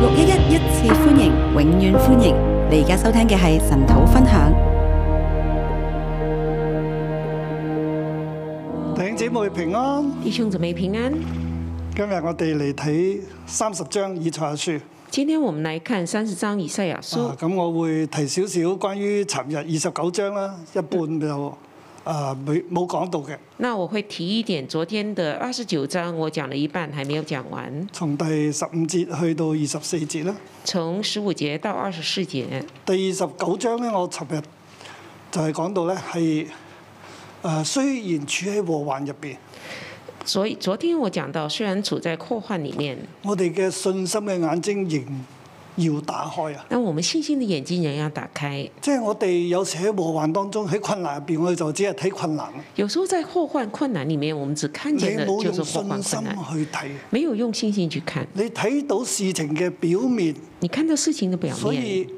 六一一一次歡迎，永遠歡迎！你而家收聽嘅係神土分享。弟兄姊妹平安，弟兄姊妹平安，今日我哋嚟睇三十章以賽亞書。今天我们来看三十章以赛亚书。啊，咁我會提少少關於尋日二十九章啦，一半就啊冇冇講到嘅，那我会提一点，昨天的二十九章我讲了一半，还没有讲完，從第十五節去到二十四節啦。从十五节到二十四节。第二十九章咧，我尋日就係講到咧係誒雖然處喺禍患入邊，所以昨天我讲到，虽然处在祸患里面，我哋嘅信心嘅眼睛仍要打開啊！但我们信心的眼睛仍要打开。即係我哋有時喺禍患當中，喺困難入邊，我哋就只係睇困難。有时候在祸患困难里面，我们只看你见的冇就用是祸患信心啊困难，去睇，没有用信心去看。你睇到事情嘅表面，你看到事情的表所面，以誒、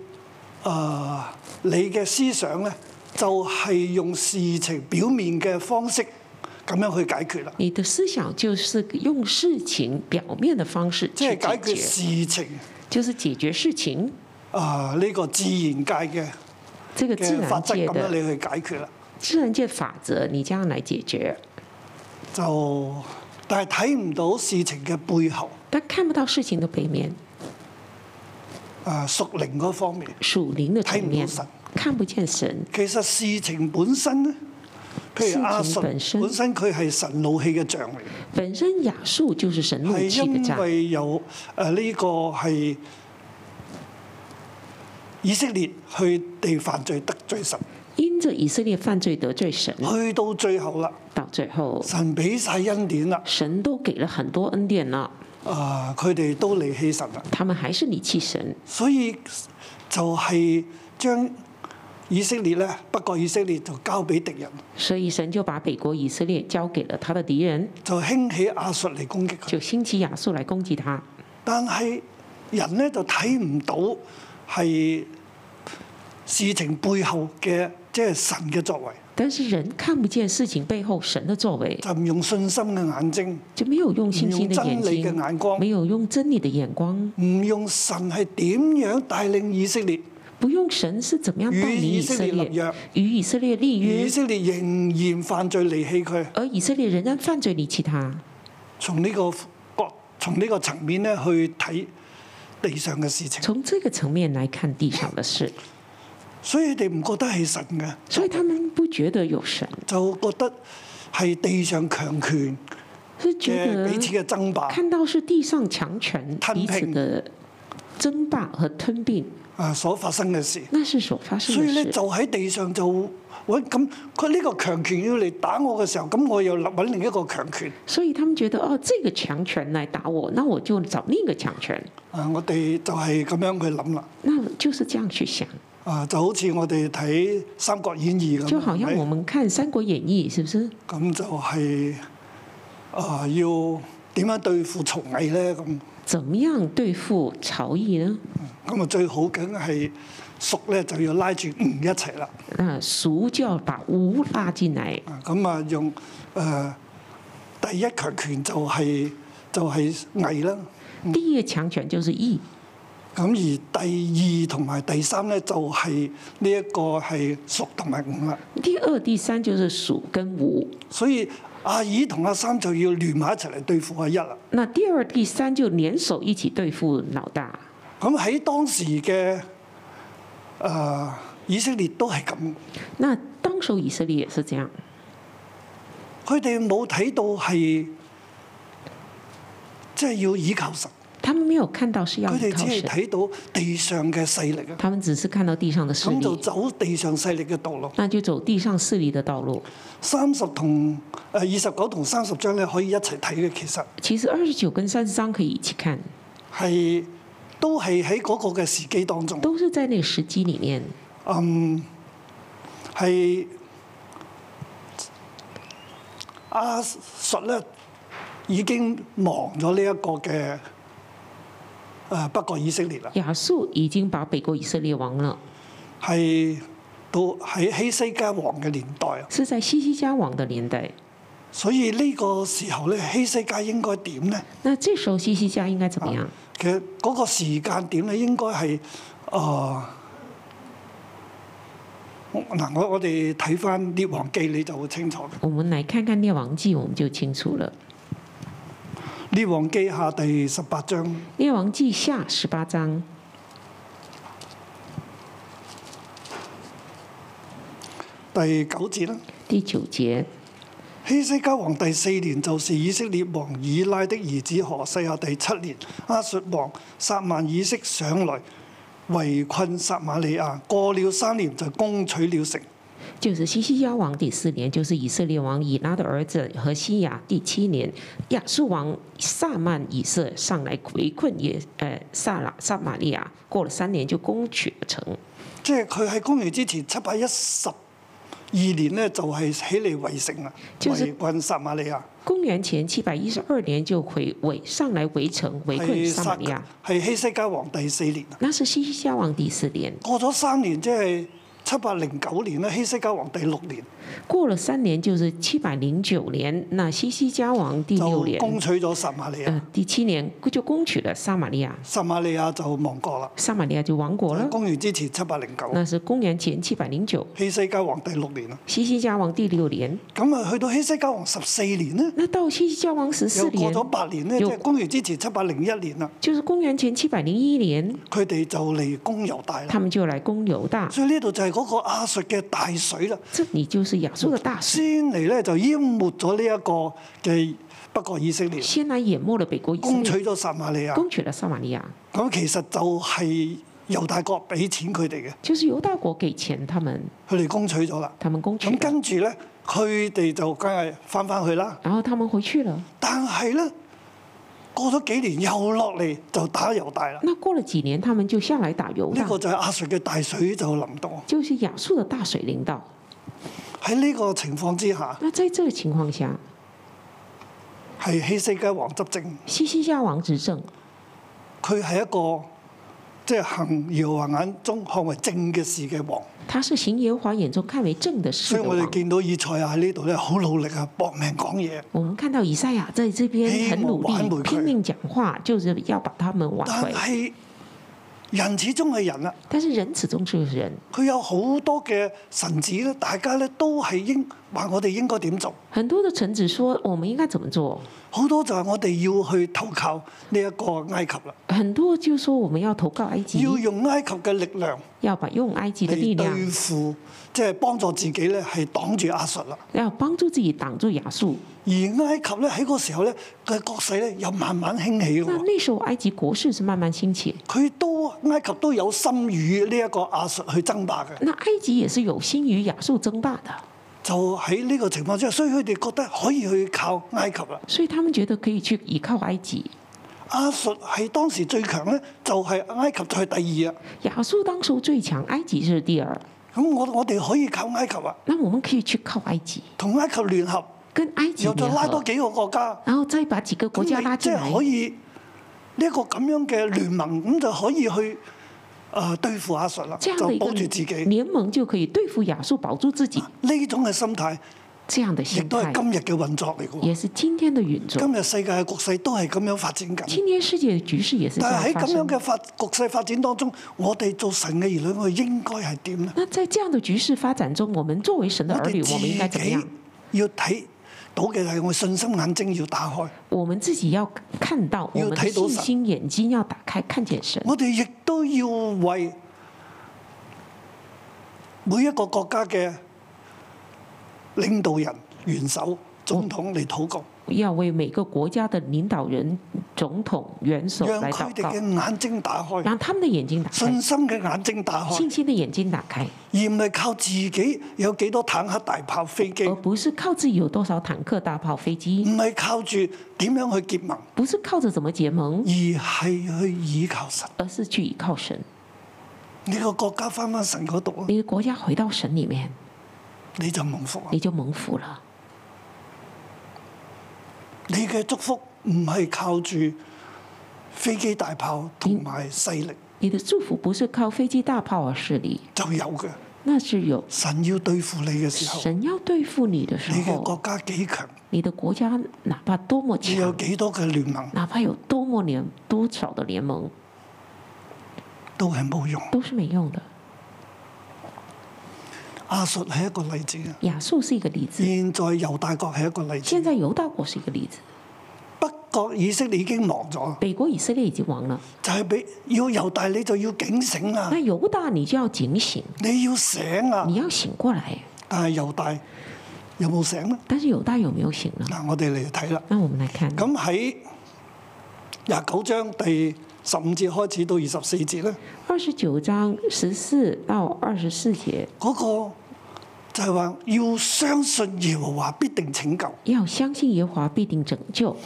呃你嘅思想咧就係、用事情表面嘅方式咁樣去解決啦，你的思想就是用事情表面的方式即係去解解決决，事情就是解决事情。啊呢、個自然界嘅这个自嘅法然則界咁樣的你去解決啦，自然界法则，你这样来解决，就但係睇唔到事情嘅背後但看不到事情的背面，啊屬靈嗰方面。属灵的层面睇唔到神，看不见神。其實事情本身咧，譬如阿事信情本身本身佢係神怒氣嘅像嚟嘅。本身亚述就是神怒係气的因杖，為有誒呢個係以色列佢哋犯罪得罪神，因着以色列犯罪得罪神，去到最後啦，到最后神俾晒恩典啦，神都给了很多恩典了，啊佢哋都離棄神啦，他们还是离弃神，所以就係將以色列咧，不過以色列就交俾敵人，所以神就把北国以色列交给了他的敵人，就興起亞述嚟攻擊佢，就兴起亚述来攻击他。但係人咧就睇唔到係事情背後嘅即係神嘅作為。但是人看不见事情背后神的作为，就唔用信心嘅眼睛，就没有用唔信心用的眼真理嘅睛，眼光，没有用真理的眼光，唔用神係點樣帶領以色列，不用神是怎么样带與领以以色色列立列，約，与以色列立以约，色列仍然犯罪離棄佢。而以色列仍然犯罪离弃他。從呢、個角，從呢個層面咧去睇地上嘅事情，从这个层面来看地上的事，所以佢哋唔覺得係神嘅，所以他们不觉得有神，就覺得係地上強權是觉嘅得彼此嘅爭霸看到是地上强权吞彼此并的争霸和吞并，啊所發生嘅事。那是所发所生以咧的就事。喺地上就揾咁佢呢個強權要嚟打我嘅時候，咁我又揾另一個強權。所以他们觉得哦，这个强权来打我，那我就找另一个强权，啊，我哋就係咁樣去諗啦。那就是这样去想。啊，就好似我哋睇《三國演義》咁，啊就好像係咪我们看《三国演义》，是不是？咁就係、啊，要點樣對付曹魏咧？咁怎么样对付曹毅呢？咁啊，最好梗係蜀咧就要拉住吳一齊啦。那呃俗就要把吴拉进来，啊，咁啊用誒、呃第一強權就係、就係、魏啦。第一个强权就是义，咁而第二同埋第三咧就係呢一個係蜀同埋吳啦。第二、第三就是蜀跟吴。所以阿二同阿三就要聯埋一齊嚟對付阿一啦。那第二、第三就联手一起对付老大。咁喺當時嘅誒、呃以色列都係咁，那当时候以色列也是这样，佢哋冇睇到係即係要依靠神，他们没有看到是要佢依哋只靠係神，睇到地上嘅勢力啊，他们只是看到地上的势咁就力，走地上勢力嘅道路。那就走地上势力的道路。三十同誒二十九同三十章咧可以一齊睇嘅，其實其实二十九跟三十章可以一起看，係都係喺嗰個嘅時機當中，都是在那个时机里面，嗯係阿述咧啊已經亡咗呢一個嘅誒、呃北國以色列啦，亚述已经把北国以色列亡了。係到喺希西家王嘅年代啊，是在西西家王的年代。所以呢個時候咧，希西家應該點咧？那这时候西西家应该怎么样？其實嗰個時間點咧，應該係誒我嗱，我我哋睇翻《列王記》，你就會清楚嘅。我们来看看《列王记》，我们就清楚了。 《列王記》下第十八章， 《列王记下》十八章第九節啦。第九节，希西家王第四年就是以色列王以拉的兒子何西亞第七年，亞述王撒曼以色上來圍困撒瑪利亞，過了三年就攻取了城。就是西西家王第四年，就是以色列王以拉的儿子何西雅第七年，亚述王萨曼以色上来围困耶呃撒拉撒玛利亚，过了三年就攻取了城。即係佢喺公元之前七百一十二年呢，就係、起嚟圍城啦，就是圍困撒瑪利亞，公元前七百一十二年就回围上来围城围困係撒玛撒利亚，係希西家王第四年啊。那是西西家王第四年。過咗三年，即係七百零九年咧，希西家王第六年过了三年，就是七百零九年，那西西家王第六就年，攻取咗撒瑪利亞呃，，第七年就攻取了撒玛利亚，撒瑪利亞就亡國啦。撒玛利亚就亡国了。公元之前七百零九，那是公元前七百零九，希西家王第六年啦。啊西西家王第六年。咁啊，去到希西家王十四年呢，那到西西家王十四又過年，咗八年呢，即又係公元之前七百零一年啦，就是公元前七百零一年，佢哋就嚟攻猶大啦。他们就来攻犹大。所以呢度就係嗰個亞述嘅大水啦，这里就是亚述的大水，先嚟咧就淹沒咗呢一個嘅北國以色列，先来淹没了北国以色攻取列，咗撒瑪利亞。攻取了撒玛利亚。咁其實就係猶大國俾錢佢哋嘅，就是犹大国給錢他们，佢哋攻取咗啦。他们攻取咁了，跟住咧，佢哋就梗係翻翻去啦。然後他們回去了。但係咧，過咗幾年又落嚟就打猶大啦。那過了幾年，他們就下來打猶呢大個，就係亞述嘅大水就臨到。就是亞述的大水臨到。喺呢個情況之下，那在這個情況下，係希西家王執政，西西家王執政，佢係一個即係行耶和華眼中看為正嘅事嘅王。他是行耶和華眼中看為正的事所以的我哋王。見到以賽亞喺呢度咧，好努力啊，搏命講嘢。我們看到以賽亞在這邊很努希望挽回力，佢拼命講話，就是要把他們挽但回。係人始終係人啦，啊但是人始終就是人，佢有好多嘅神子咧，大家咧都係應話我哋應該點做。很多的臣子說我們應該怎麼做，好多就係我哋要去投靠呢一個埃及啦，很多就說我們要投靠埃及，要用埃及嘅力量要把用埃及的力嚟量，對付，即係幫助自己咧係擋住亞述啦。要幫助自己擋住亞述。而埃及咧喺個時候咧嘅國勢咧又慢慢興起嘅那喎，那時候埃及國勢是慢慢興起，佢都埃及都有心與呢一個亞述去爭霸嘅，那埃及也是有心與亞述爭霸的，就喺呢個情況之下，所以佢哋覺得可以去靠埃及啦。所以他們覺得可以去依靠埃及。亞述係當時最強咧，就係、埃及就係第二啊。亞述當時候最強，埃及是第二。咁我我哋可以靠埃及啊，那我們可以去靠埃及，同埃及聯合，跟埃及又再聯拉多合，幾個國家。然後再把幾個國家咁你拉即進來係，可以呢一個咁樣嘅聯盟，咁就可以去誒、呃、對付亞述啦，這就樣的一保個住自己。聯盟就可以對付亞述，保住自己。呢種嘅心態，這樣的亦心都係態今日嘅運作嚟嘅喎。也是今天的運作。今日世界嘅局勢都係咁樣發展緊。今天世界的局勢也是這但係樣喺發咁樣生。嘅發局勢發展當中，我哋做神嘅兒女，我哋應該係點呢？那在這樣的局勢發展中，我們作為神的我兒女，哋我們應該自怎麼己樣？要睇到嘅係我信心眼睛要打開，我們自己要看到，我要們的睇到信神心眼睛要打開，看見神。我哋亦都要為每一個國家嘅領導人、元首、總統嚟禱告，要為每個國家的領導人、總統、元首讓來佢禱哋告，嘅眼睛打開，讓他們的眼睛打信開，心嘅眼睛打開信，心的眼睛打開，而唔係靠自己有幾多坦克、大炮、飛機，而唔不是靠自己有多少坦克、大炮、飛機，係靠住點樣去結盟，不是靠着怎麼結盟而，係去倚靠神。而是去依靠神。你個國家翻返神嗰度啊，你的國家回到神裡面，你就蒙福啊！你就蒙福了。你嘅祝福唔係靠住飛機、大炮同埋勢力你的祝福不是靠飛機、大炮而勢力就有嘅。那是有神要對付你嘅時候，神要對付你的時你嘅候，國家幾強，你的國家哪怕多麼你有強，幾多嘅聯盟哪怕有多麼聯多少的聯盟，都係冇用。都是沒用的。亞述係一個例子啊，亞述是一個例子，現在猶大國係一個例子。現在猶大國是一個例子，北國以色列已經亡咗，北國以色列已經亡了，就係俾要猶大你就要警醒啊那，猶大你就要警醒，你要醒啊你。要醒過來。但係猶大有冇醒呢？但是猶大有沒有醒呢？嗱，我哋嚟睇啦。那我們來看咁喺廿九章第十五節開始到二十四節咧，二十九章十四到二十四節，嗰、個就係話要相信耶和華必定拯救。要相信耶和華必定拯救。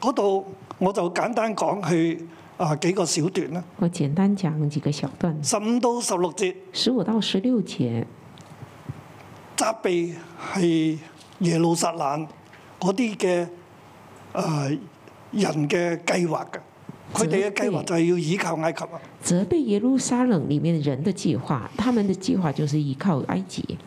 嗰度我就簡單講佢啊幾個小段啦，我簡單講幾個小段，十五到十六節十五到十六節責備係耶路撒冷嗰啲嘅啊人嘅計劃嘅，佢哋嘅計劃就係要依靠埃及啊。責備耶路撒冷裡面人的計劃，他們的計劃就是依靠埃及。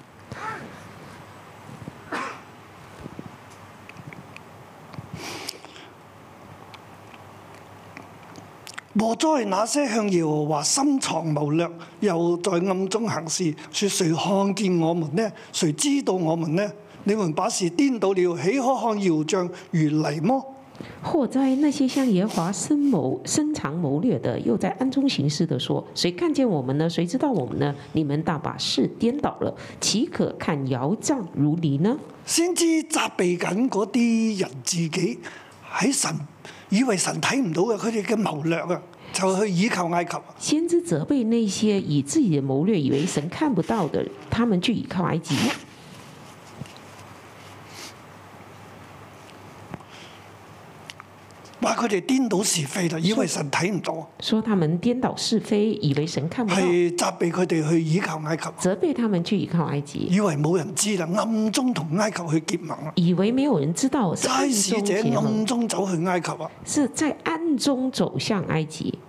禍哉那些向耶和華深藏謀略，又在暗中行事，說誰看見我們呢？誰知道我們呢？你們把事顛倒了，豈可看窯匠如泥麼？禍哉那些向耶和華深謀深藏謀略的，又在暗中行事的说：“谁看见我们呢？谁知道我们呢？你们大把事颠倒了，岂可看窑匠如泥呢？”先知責備緊嗰啲人自己喺神以為神睇唔到嘅佢哋嘅謀略啊，就去倚靠埃及。啊先知責備那些以自己的謀略以為神看不到的，他們去倚靠埃及。話佢哋顛倒是非啦，以為神睇唔到，啊说他们顛倒是非，以為神看不到，係責備佢哋去倚靠埃及，啊責備他們去依靠埃及，以為冇人知啦，暗中同埃及去結盟啊，以為沒有人知道是暗差使中者結盟暗，中走去埃及啊！是在暗中走向埃及。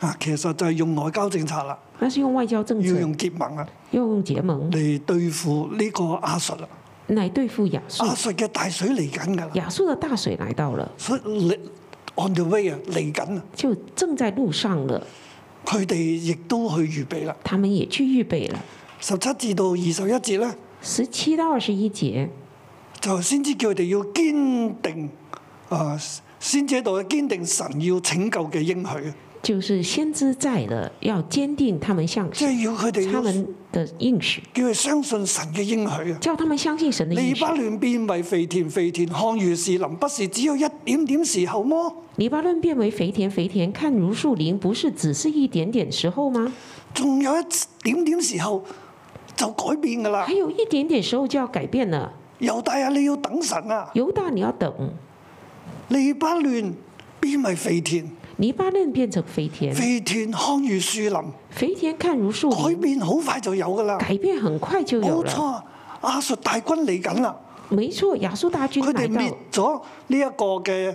啊，其實就係用外交政策啦，那嗯是用外交政要策，用結盟啊用結盟嚟對付呢個亞述啦。來對付亞述。亞述嘅大水嚟緊㗎啦，亞述的大水來到了，所以嚟 on the way 啊嚟緊啊，就正在路上了，佢哋亦都去預備啦。他們也去預備了。十七至到二十一節咧，十七到二十一節，就先知叫佢哋要堅定啊、先知喺度堅定神要拯救嘅應許，啊就是先知在了，要堅定他們向即係要佢哋他要們的應許，叫佢相信神嘅應許啊。叫他們相信神的利應許巴。嫩變為肥田，肥田看如是林，不是只有一點點時候麼？黎巴嫩變為肥田，肥田看如樹林，不是只是一點點時候嗎？仲有一點點時候就改變㗎啦還。有一點點時候就要改變了。猶大啊，你要等神啊！猶大，你要等。利巴嫩變為肥田，黎巴嫩變成肥田，肥田看如樹林，肥田看如樹改林，變好快就有㗎啦。改變很快就冇有了。錯，亞述大軍嚟緊啦，沒錯，亞述大佢軍來哋滅到，咗呢一個嘅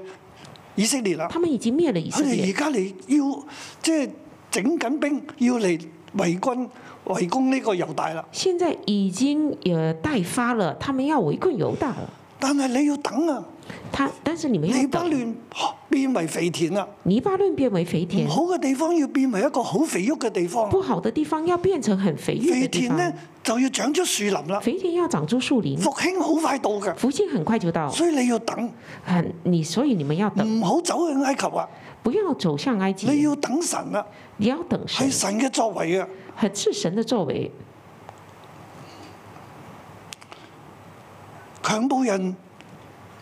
以色列啦。他們已經滅了以佢色哋而列，家嚟要即係整緊兵，要嚟圍軍圍攻呢個猶大啦。現在已經呃待發了，他們要圍困猶大了。但係你要等啊！他，但是你們利要巴等。嫩哦變為肥田啦，黎巴嫩變為肥唔田，好嘅地方要變為一個好肥沃嘅地方。不好的地方要變成很肥沃肥的地田咧方。就要長出樹林啦，肥田要長出樹林，復興好快到嘅，福建很快就到。所以你要等，很你，所以你們要等，唔好走去埃及啊！不要走向埃及，你要等神啊，你要等神係，神嘅作為啊！很是神的作為。強暴人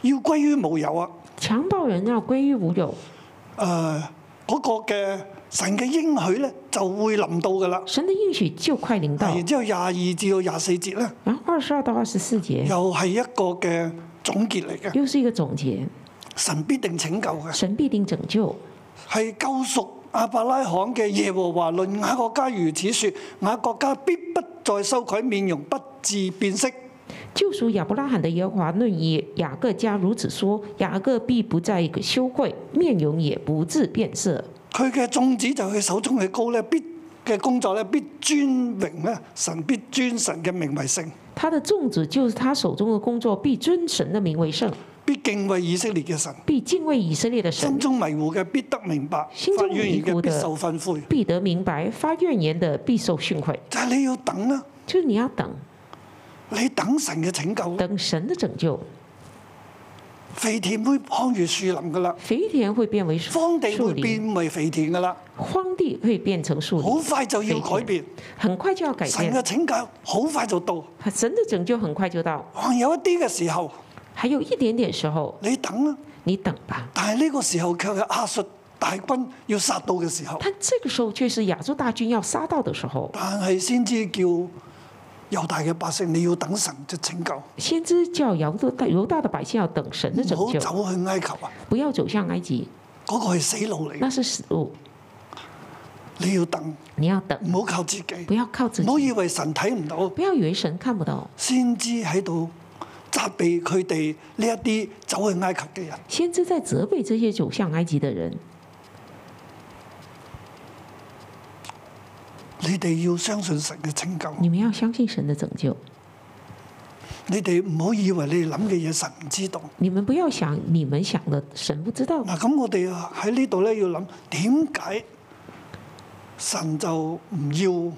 要歸於無有啊！強暴人要歸於無有，誒、嗰、個嘅神嘅應許咧就會臨到噶啦。神的應許就快臨到。然之後廿二至到廿四節咧，然後二十二到二十四節又係一個嘅總結嚟嘅，又是一個總結，神必定拯救嘅，神必定拯救，係救贖亞伯拉罕嘅耶和華論雅各家如此說：雅各家必不再羞愧，面容不致變色。救赎亚伯拉罕的耶和华论以雅各家如此说：雅各必不再羞愧，面容也不致变色。佢嘅種子就佢手中嘅高咧，必嘅工作咧，必尊榮咧，神必尊神嘅名為聖，他的宗旨就是他手中的工作必尊神的名为圣，必敬畏以色列嘅神。必敬畏以色列的神心，中迷糊嘅必得明白，心發中怨言迷嘅糊必的受訓悔。必得明白；发怨言的必受训诲。就係你要等啦，就是你要等你等神嘅拯救。等神的拯救，肥田會康如樹林噶啦，肥田会变为荒树地树會林，變為肥田噶啦，荒地会变成树好林，快就要改變。很快就要改神啊嘅变。拯救好快就到，神的拯救很快就到，還有一啲嘅時候还有一点点时候，你等啦，你等吧。但係呢個時候卻係亞述大軍要殺到嘅時候。但这个时候却是亚洲大军要杀到的时候，但係先知叫猶大嘅百姓，你要等神嘅拯救，唔先知叫犹大犹大的百姓要等神的嗯拯好救，走去埃及啊！不要走向埃及，嗰、個係死路嚟，那是死路。你要等，你要等，唔好靠自己不，要靠自唔嗯好己，以為神睇唔到。不要以为神看不到。先知喺度責備佢哋呢一啲走去埃及嘅人，先知在责备这些走向埃及的人，你哋要相信神嘅拯救，你们要相信神的拯救，你哋唔好以為你哋諗嘅嘢神唔知道。你们不要想你们想的神不知道。嗱，咁我哋喺呢度咧要諗點解神就唔要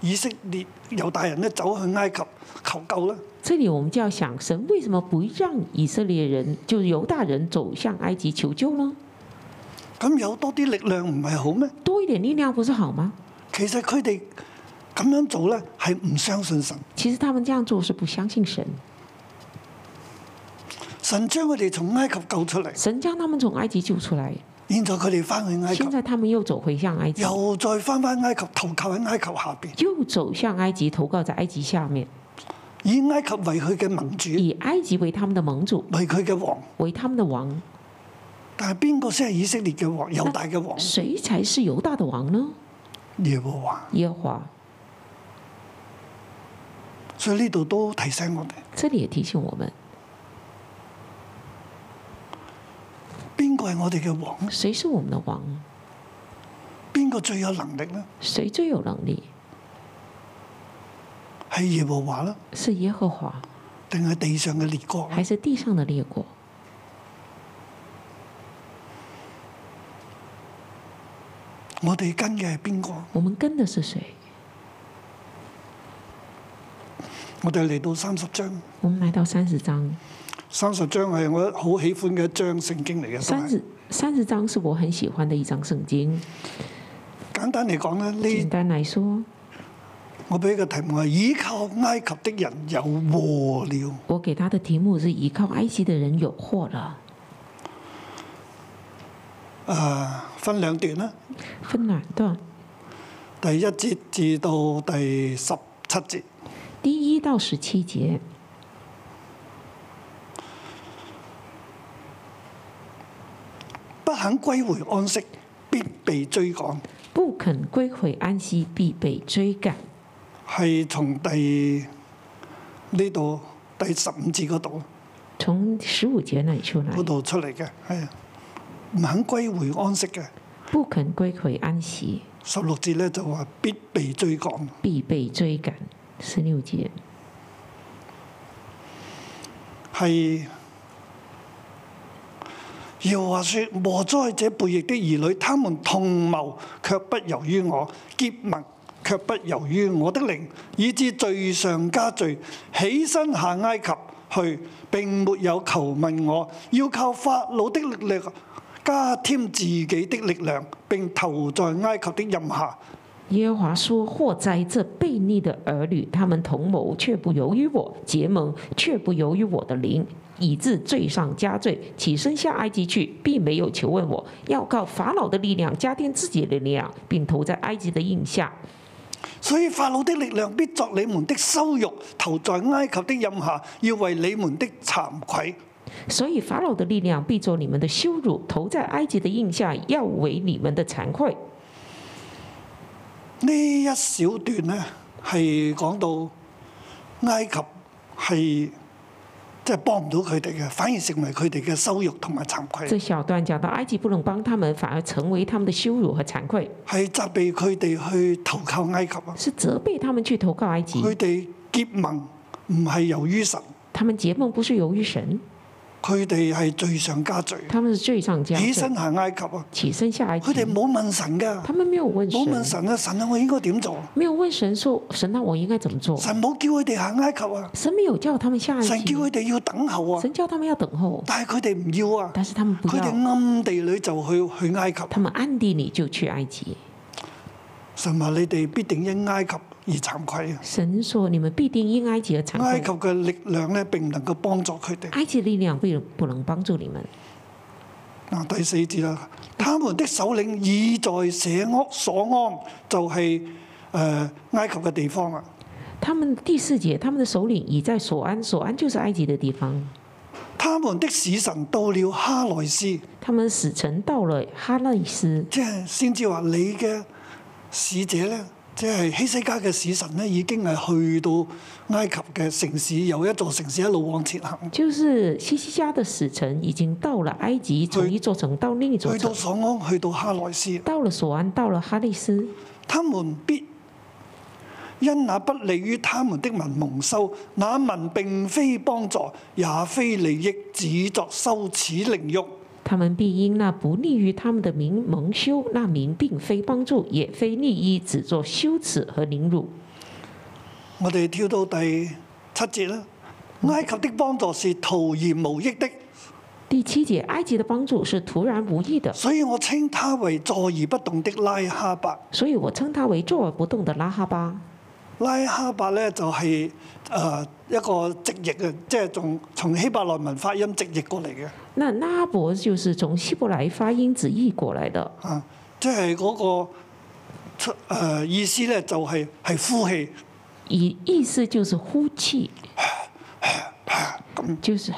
以色列猶大人咧走去埃及求救咧？这里我们就要想，神为什么不让以色列人，就是犹大人走向埃及求救呢？咁有多啲力量唔係好咩？多一点力量不是好吗？其實佢哋咁樣做咧係唔相信神，其实他们这样做是不相信神，神將佢哋從埃及救出嚟，神将他们从埃及救出来，現在佢哋翻去埃现及，在他们又走回向埃及，又再翻翻埃及，投靠喺埃及下邊，又走向埃及，投靠在埃及下面，以埃及為佢嘅民主，以埃及为他们的盟主，為佢嘅王。为他们的王。但係邊個先係以色列嘅嗯王？猶大嘅王谁才是犹大的王呢？耶和華。耶和华。所以呢度都提醒我哋，这里也提醒我们，邊個係我哋嘅王咧？谁是我们的王？邊個最有能力咧？谁最有能力？係耶和華啦，是耶和华，定係地上嘅列國呢还是地上的列国？我哋跟嘅係邊個？我们跟的是谁？我哋嚟到三十章。我们来到三十章，三十章係我好喜歡嘅一章聖經嚟嘅。真三係十三十章是我很喜欢的一章圣经。簡單嚟講咧，简呢单来说，我俾個題目係倚靠埃及的人有禍了。我给他的题目是“依靠埃及的人有祸了誒、啊分兩段啦，”，分两段，第一節至到第十七節。第一到十七节。不肯歸回安息，必被追趕。不肯归回安息，必被追赶。係從第呢度第十五節嗰度从十五节那里出来嗰，度出嚟嘅，係啊唔肯歸回安息嘅。不肯归回安息，十六節咧就話必被追趕。必被追赶。十六节，係耶和華說：禍哉這背逆的兒女，他們同謀卻不由於我，結盟卻不由於我的靈，以致罪上加罪。起身下埃及去，並沒有求問我，要靠法老的力量加添自己的力量，並投在埃及的任下。耶和华说：“祸灾这悖逆的儿女，他们同谋却不由于我，结盟却不由于我的灵，以致罪上加罪。起身下埃及去，并没有求问我，要靠法老的力量加添自己的力量，并投在埃及的印下。所以法老的力量必作你們的羞辱，投在埃及的任下，要為你們的慚愧。所以法老的力量必做你们的羞辱，投在埃及的印下，要为你们的惭愧。呢一小段呢，係講到埃及係即係幫唔到佢哋嘅，反而成為佢哋嘅羞辱同埋慚愧，这小段讲到埃及不能帮他们，反而成为他们的羞辱和惭愧，係責備佢哋去投靠埃及啊！是责备他们去投靠埃及。佢哋結盟唔係由於神，他们结盟不是由于神，佢哋係罪上加罪，他们是罪上加起罪。身行埃及啊！起身下埃及佢，哋冇問神㗎，他们没有问冇問神，神啊！神啊，我應該點做？没有问神说神，那我应该怎么做？神冇叫佢哋行埃及啊！神没有叫他们下埃神及叫，佢哋要等候啊！神叫他们要等候，但係佢哋唔要啊！但是他们不佢哋要，暗地裏就去去埃及。他们暗地里就去埃及。神話你哋必定因埃及而慚愧啊！神说你们必定因埃及而惭埃及愧。嘅力量咧並唔能夠幫助佢哋。埃及力量不不能帮助你们。嗱，第四節啦，他們的首領已在舍屋所安，就係、呃埃及嘅地方啊！他们第四节，他们的首领已在索安，索安就是埃及的地方。他們的使臣到了哈萊斯，他们使臣到了哈奈斯，即係先至話你嘅使者咧，即係希西家嘅使臣咧，已經係去到埃及嘅城市，由一座城市一路往前行，就是西西家的使臣已经到了埃及，从一座城到另一座去到城，所安，去到哈萊斯。到了索安，到了哈利斯。他們必因那不利於他們的民蒙羞，那民並非幫助，也非利益，只作羞恥凌辱。他们必因那不利于他们的民蒙羞，那民并非帮助，也非利益，只做羞耻和凌辱。我哋跳到第七節啦。埃及的幫助是徒然無益的，第七节，埃及的帮助是突然无意的，所以我稱它為坐而不動的拉哈伯。所以我称它为坐而不动的拉哈巴。拉哈伯咧就係、呃一個直譯嘅，即係從從希伯來文發音直譯過嚟嘅。那拉伯就是从希伯来发音直译过来的，啊，即係嗰個出、呃、意思咧，就係係呼氣以意思就是呼气，就是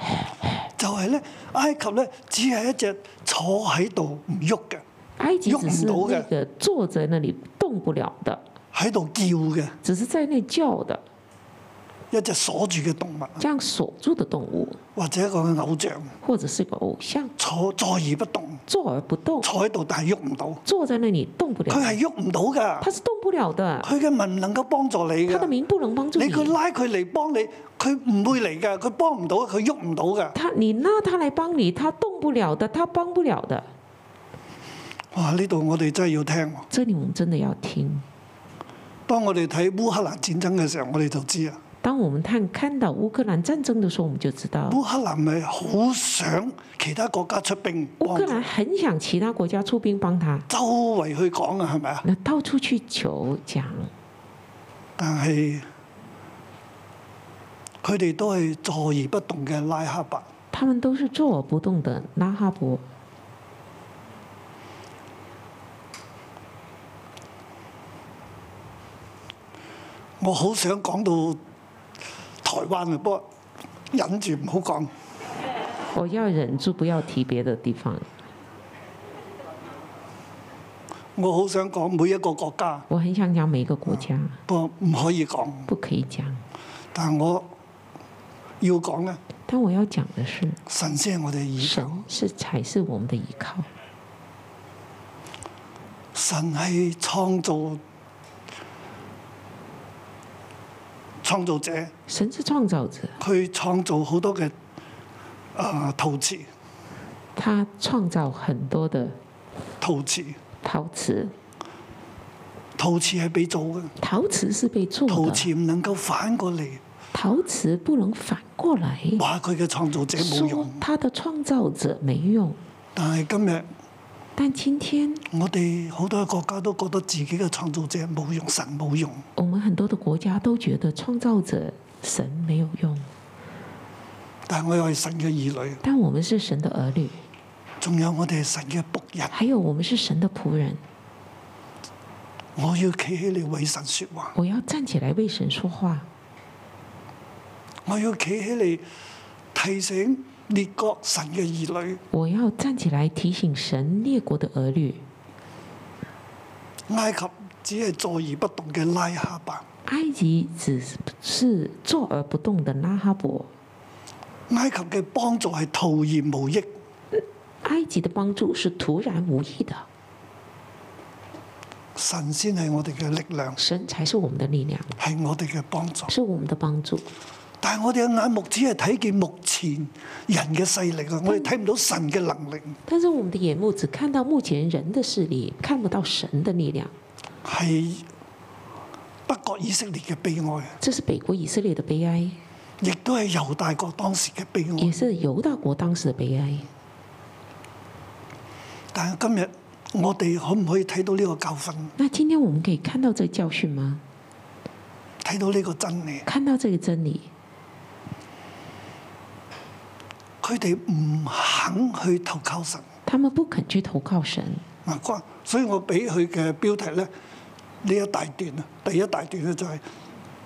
就係咧，埃及咧只係一隻坐喺度唔喐嘅，埃及只是用不到那的个坐在那里动不了的，喺度叫嘅只是在那叫的，一隻鎖住嘅動物，啊这样锁住的动物，或者一個偶像，或者是个偶像，坐坐而不動，坐而不动，坐喺度但係喐唔到，坐在那里动不了佢，係喐唔到㗎，他是動不了的，佢嘅民唔能夠幫助你他的㗎。民不能幫助你你。佢拉佢嚟幫你，佢唔會嚟㗎，佢幫唔到，佢喐唔到㗎。他你拉他来幫你，他動不了的，他幫不了的。哇！呢度我哋真係要聽喎。这里我们真的要聽。當我哋睇烏克蘭戰爭嘅時候，我哋就知啊。當我们看看到烏克蘭戰爭的時候，我們就知道烏克蘭咪好想其他國家出兵烏幫克佢，蘭很想其他國家出兵幫他，周圍去講啊，係咪啊？那到處去求講，但係佢哋都係坐而不動嘅拉哈伯。他們都是坐而不動的拉哈伯。我好想講到台灣啊，不過忍住唔好講。我要忍住不要提別的地方，我好想講每一個國家，我很想講每一個國家，不過唔可以講。不可以講。但我要講咧，但我要講的是，神先係我哋依靠，神是才是我們的依靠。神係創造創造者。神是创造者，佢創造好多嘅啊陶瓷，他创造很多的陶瓷，陶瓷，陶瓷係被做嘅，陶瓷是被做陶的，瓷唔能夠反過嚟陶瓷不能反过来話佢嘅創造者冇说用。他的创造者没用。但係今日但今天我哋好多國家都覺得自己嘅創造者冇用，神冇用。我们很多的国家都觉得创造者神没有用，但係我又係神嘅兒女，但我们是神的儿女，仲有我哋係神嘅仆人。还有我们是神的仆人。我要企起嚟為神説話，我要站起来为神说话，我要企起嚟提醒列國神嘅兒女，我要站起来提醒神列国的儿女，埃及只係坐而不動嘅拉哈伯，埃及只是坐而不動的拉哈伯，埃及嘅幫助係徒然無益。埃及的幫助是徒然無益的，神先係我哋嘅力量，神才是我們的力量，係我哋嘅幫助。是我們的幫助。但係我哋嘅眼目只係睇見目前人嘅勢力啊，我哋睇唔到神嘅能力。但是我們的眼目只看到目前人的勢力，看不到神的力量，係北國以色列嘅悲哀，啊這是北國以色列的悲哀，亦都係猶大國當時嘅悲也哀。是猶大國當時的悲哀。但係今日我哋可唔可以睇到呢個教訓，那今天我們可以看到這個教訓嗎？睇到呢個真理？看到這個真理，佢哋唔肯去投靠神他們不肯去投靠神，嗱，關啊所以我俾佢嘅標題咧，呢一大段啊，第一大段咧就係、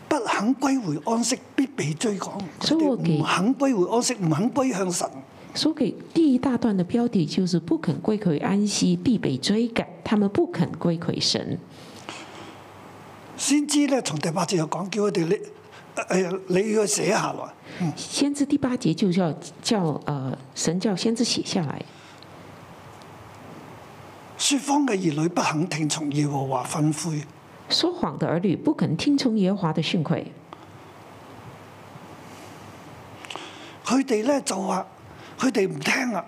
不肯歸回安息，必被追趕。佢所以哋我記唔肯歸回安息，唔肯歸向神。所給第一大段的標題就是“不肯歸回安息，必被追趕”。他們不肯歸回神。先知咧，從第八節又講，叫佢哋你誒你要寫下來，先知第八節就叫叫呃，神叫先知寫下來，説謊嘅兒女不肯聽從耶和華訓誨。說謊的兒女不肯聽從耶和華的訓誨。佢哋咧就話，佢哋唔聽啊，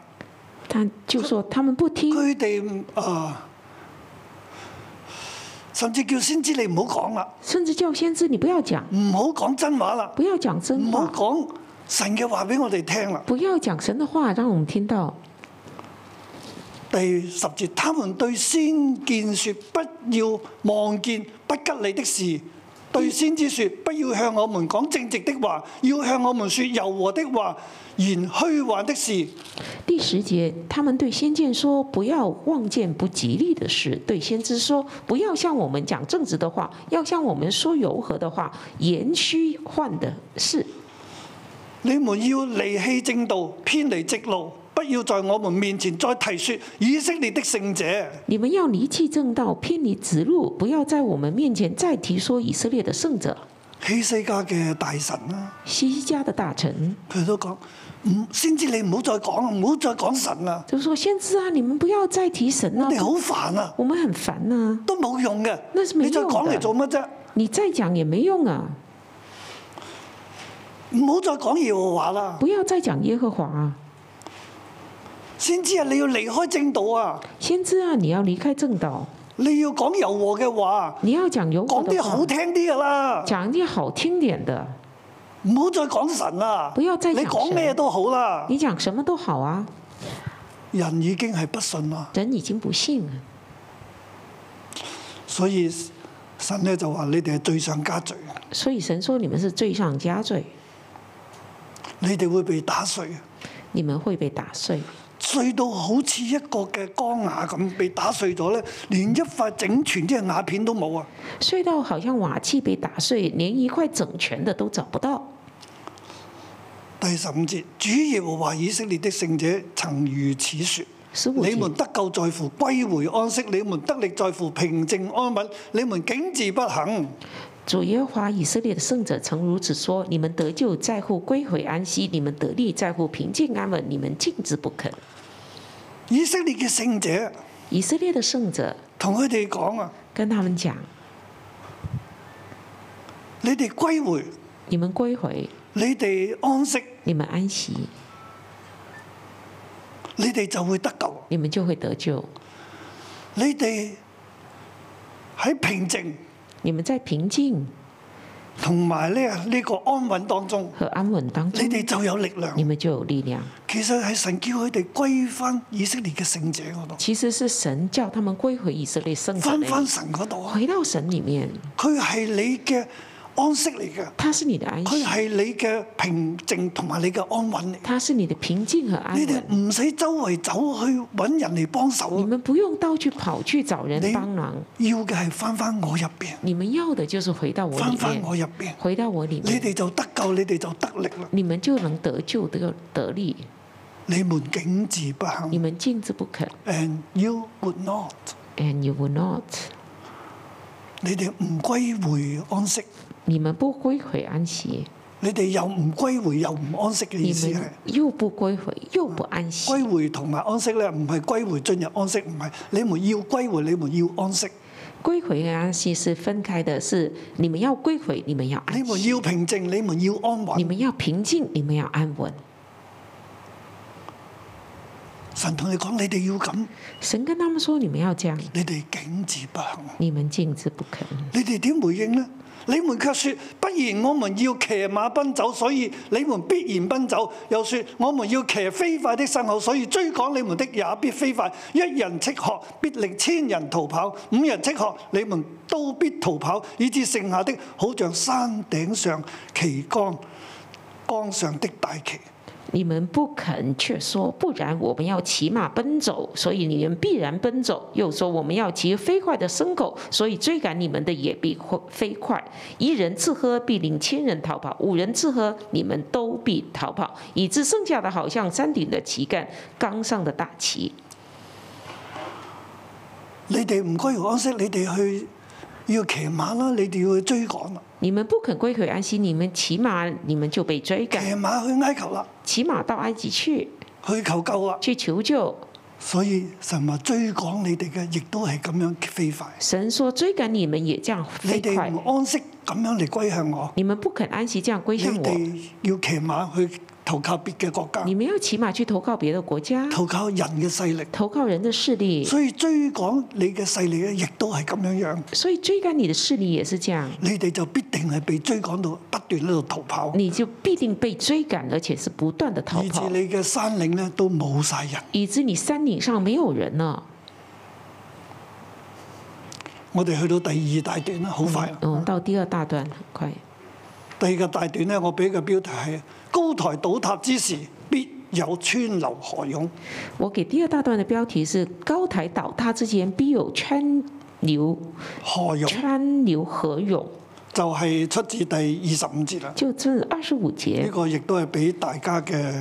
他就說他們不聽，佢哋唔啊，甚至叫先知你唔好講啦，甚至叫先知你不要講，唔好講真話啦，不要講唔真好話，講神嘅話俾我哋聽啦。不要講神的話，讓我們聽到。第十節，他們對先見說不要望見不吉利的事，對先知說不要向我們講正直的話，要向我們說柔和的話，言虛幻的事。第十節，他們對先見說：“不要望見不吉利的事。”对先知说：“不要向我们讲正直的话，要向我们说柔和的话，言虚幻的事。你們要離棄正道，偏離直路，不要在我們面前再提說以色列的聖者。你们要离弃正道，偏离直路，不要在我们面前再提说以色列的圣者。希西家嘅大臣啦，”西西家的大臣佢都講：唔先知你唔好再講啦，唔好再講神啦，就说：“先知啊，你们不要再提神了、你好煩啊，我们很烦呐、都冇用嘅。那是沒你再用講嚟的做乜啫？你再讲也没用啊，唔好再講耶和華啦。不要再讲耶和华啊，先知啊，你要離開正道啊，先知啊，你要离开正道，你要講柔和嘅話，你要讲柔和講的啲话。”好聽啲噶啦，讲一点好听点的，唔好再講神啦。不要再講你神講咩都好啦，你讲什么都好啊，人已經係不信啦，人已经不信了，所以神咧就話：你哋係罪上加罪，所以神说你们是罪上加罪，你哋會被打碎，你们会被打碎，碎到好似一個嘅光瓦咁被打碎咗咧，連一塊整全啲嘅瓦片都冇啊！碎到好像瓦器被打碎，连一块整全的都找不到。第十五節，主耶和華以色列的聖者曾如此說：十五你們節，得救在乎歸回安息，你們得力在乎平靜安穩，你們竟自不肯。主耶和华以色列的圣者曾如此说：你们得救在乎归回安息，你们得力在乎平静安稳，你们禁止不肯。以色列嘅聖者以色列的圣者同佢哋講啊：跟他们讲：你哋歸回，你们归回，你哋安息，你们安息，你哋就會得救。你们就会得救。你哋喺平靜你们在平静同埋咧呢個安穩當中，和安稳当你中。哋就有力你量。们就有力量。其實係神叫佢哋歸翻以色列嘅聖者嗰度，其实是神叫他们归回以色列圣者翻那翻里，神嗰度啊！回到神里面，佢係你嘅安息嚟嘅。他是你的安佢息，係你嘅平靜同埋你嘅安穩嚟。他是你的平静和安你哋稳。唔使周圍走去揾人嚟幫手你啊！们不用到处跑去找人你帮忙，要嘅係翻翻我入邊，你们要的就是回到我翻里翻我面，入邊，回到我里你面，哋就得救，你哋就得力啦。你们就能得救得得力。你們竟自不你肯们禁止不肯，and you would not。 ，and you will not。你哋唔歸回安息，你们不归回安息，你哋又唔歸回又唔安息嘅你意思们係。又不归回，又不安息。歸回同埋安息咧，唔係歸回進入安息，唔係你們要歸回，你們要安息，归回跟安息是分开的，是你们要归回，你们要你安們息，要平靜，你們要安你穩。们要平静，你们要安稳。神同你講，你哋要咁，神跟他们说，你们要这样，你哋竟自不行。你们禁止不肯。你哋點回應呢？你們卻說：不然，我們要騎馬奔走，所以你們必然奔走。又說：我們要騎飛快的牲口，所以追趕你們的也必飛快。一人斥喝，必令千人逃跑；五人斥喝，你們都必逃跑，以致剩下的好像山頂上旗杆杆上的大旗。你们不肯，却说不然，我们要骑马奔走，所以你们必然奔走。又说我们要骑飞快的牲口，所以追赶你们的也必快飞快。一人自喝，必领千人逃跑；五人自喝，你们都必逃跑，以致剩下的好像山顶的旗杆，冈上的大旗。你哋唔歸回安息，你哋去要騎馬啦，你哋要去追趕啦，你们不肯归回安息，你们骑马，你们就被追騎赶，馬去埃及啦，骑马到埃及去，去求救啦。去求救。所以神話追趕你哋嘅，亦都係咁樣飛快。神说追赶你们也这样你飞哋快唔，安息咁樣嚟歸向我，你们不肯安息，这样归你向我。哋要騎馬去投靠別嘅國家你，们要骑马去投靠别的国家，投靠人嘅勢力。投靠人的势力，所以追趕你嘅勢力咧，亦都係咁樣樣。所以追赶你的势力也是这样，你哋就必定係被追趕到不斷喺度逃跑，你就必定被追赶，而且是不断的逃哦以至跑，你嘅山嶺咧都冇晒人。以致你山顶上没有人了。我哋去到第二大段啦，好快啊！嗯，到第二大段很快。第二個大段咧，我俾個標題係高台倒塌之時，必有川流河涌。我给第二大段的标题是“高台倒塌之前必有川流河涌川流何涌就係出自第二十五節啦”，。就这二十五呢节個亦都係俾大家嘅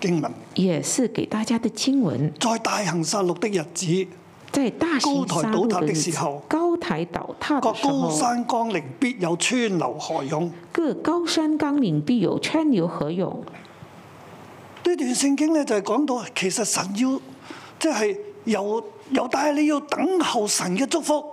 經文。也是给大家的经文。在大行殺戮的日子，在大型高台杀倒戮塌的的日子时候高台倒塌各的时高候，山江陵必有川流河涌。各高山冈岭必有川流河涌。呢段聖經咧就係講到，其實神要即係猶猶大，你要等候神嘅祝福。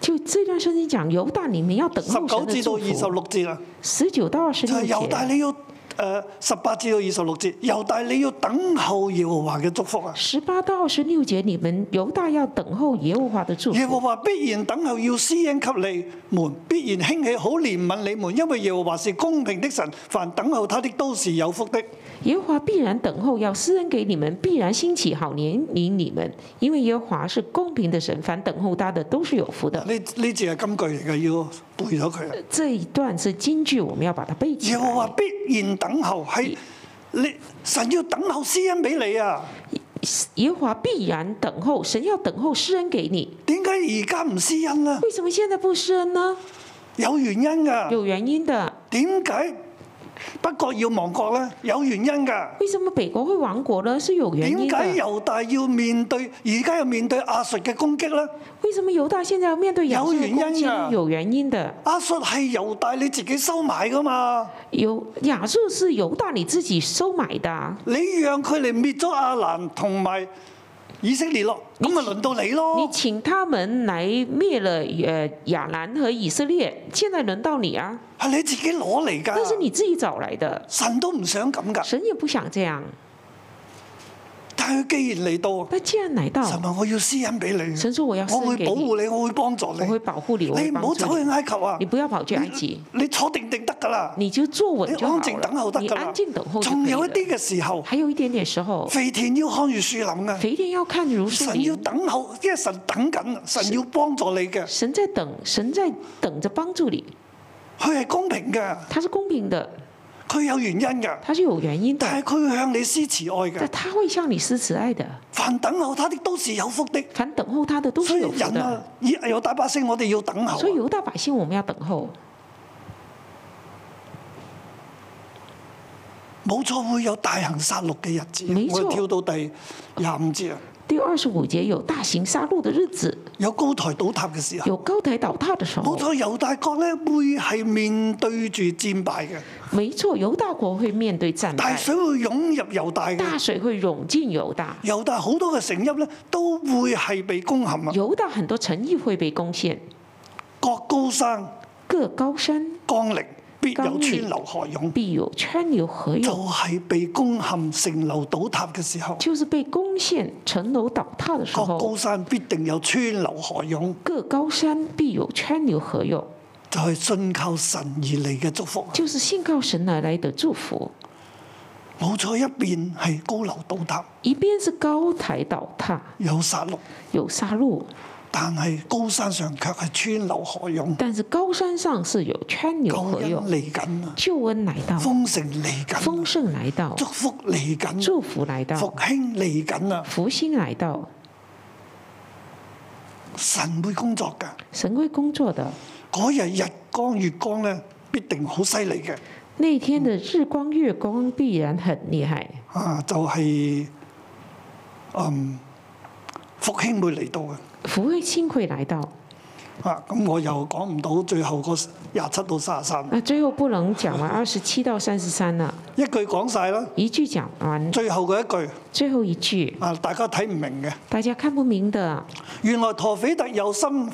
就这段圣经讲犹大，你们要等十候九神的至到祝二十福。六節啊，十九到二十就六係猶大节，你要誒十八至到二十六節，猶大你要等候耶和華嘅祝福啊！十八到二十六节，你们犹大要等候耶和华的祝耶和福。華必然等候要施恩給你們，必然興起好憐憫你們，因為耶和華是公平的神，凡等候他的都是有福的。 耶和华必然等候，要施恩给你们，必然兴起好怜悯你们，因为耶和华是公平的神，凡等候他的都是有福的。呢呢字係金句嚟嘅，要背咗佢啊！这一段是金句，我们要把它背起耶和華来。必然等候，係你神要等候施恩俾你啊！耶和华必然等候，神要等候施恩给你。點解而家唔施恩啊？为什么现在不施恩呢？有原因㗎。有原因的。點解北國要亡國呢？有原因㗎。为什么北国会亡国呢？是有原點因啊的。解猶大要面對而家要面對亞述嘅攻擊呢？为什么犹大现在要面对亚述有的原因啊攻击的呢？有原因的。亞述係猶大你自己收埋㗎嘛？有亚述是犹大你自己收买的啊、你讓佢嚟滅咗亞蘭同埋以色列咯，咁咪輪到你你咯。请他们来灭了呃亚兰和以色列，现在轮到你啊！係你自己攞嚟那是㗎，你自己找来的，神都唔想咁㗎。神也不想这样。但係佢既然嚟到，那既然来到，神話我要施恩俾你，哦神说我要施我恩會给保你，護你，我會幫助我你会。保护你，我你会唔帮好助走你去。埃及啊你！不要跑去埃及，你坐定定得㗎啦，你就坐你稳就好安靜等候了，得你㗎啦安静等候。就仲可以哦有了一。啲嘅時候，还有一点点 时候，肥田要看住樹林㗎。肥田要看如树神要林。等候，因為神等緊，神要幫助你嘅，神在等，神在等着帮助你，佢係公平嘅，他是公平的，佢有原因嘅，他是有原因但的，係佢向你施慈愛嘅。但他会向你施慈爱的。凡等候他的都是有福的，凡等候他的都所是以有福人啊的，，以有大把聲，我哋要等候所以啊。犹大百姓我们要等候，冇錯，會有大行殺戮嘅日子。冇錯我哋跳到第廿五節啊，第二十五节有大型杀戮的日子，有高台倒塌嘅時候。有高台倒塌的时冇候。錯，猶大國咧會係面對住戰敗嘅，没错，犹大国会面对战大败，水會湧入猶大大嘅。水会涌进犹大，猶大好多嘅城邑咧都會係被攻陷啊！犹大很多城邑会被攻陷，各高山各高山江陵必有江陵川流河涌，必有川流河就涌。係被攻陷城樓倒塌嘅時候，就是被攻陷、城楼倒塌的时各高候，山必定有川流河涌，各高山必有川流河涌，就係信靠神而嚟嘅祝福。就是信靠神而来的祝福。冇錯，一邊係高樓倒塌一边是高台倒塌，有殺戮，有杀戮，但係高山上卻係川流河涌，但是高山上是有川流救河恩涌，嚟緊啊！救恩来到，豐盛嚟緊丰啊，盛来到祝，福嚟緊，祝福来到復，興嚟緊啊！福星来到，神會工作㗎。神会工作的。嗰日日光月光咧，必定好犀利嘅。那一天的日光月光必然很厉害，啊，就係、嗯復興會嚟到嘅。福慧星会来到。啊，咁我又講唔到最後嗰廿七到三十三，那最后不能讲完二十七到三十三了，一句講晒啦。一句讲完，最後嗰一句最后一句啊，大家睇唔明嘅。大家看不明的，原來陀斐特又深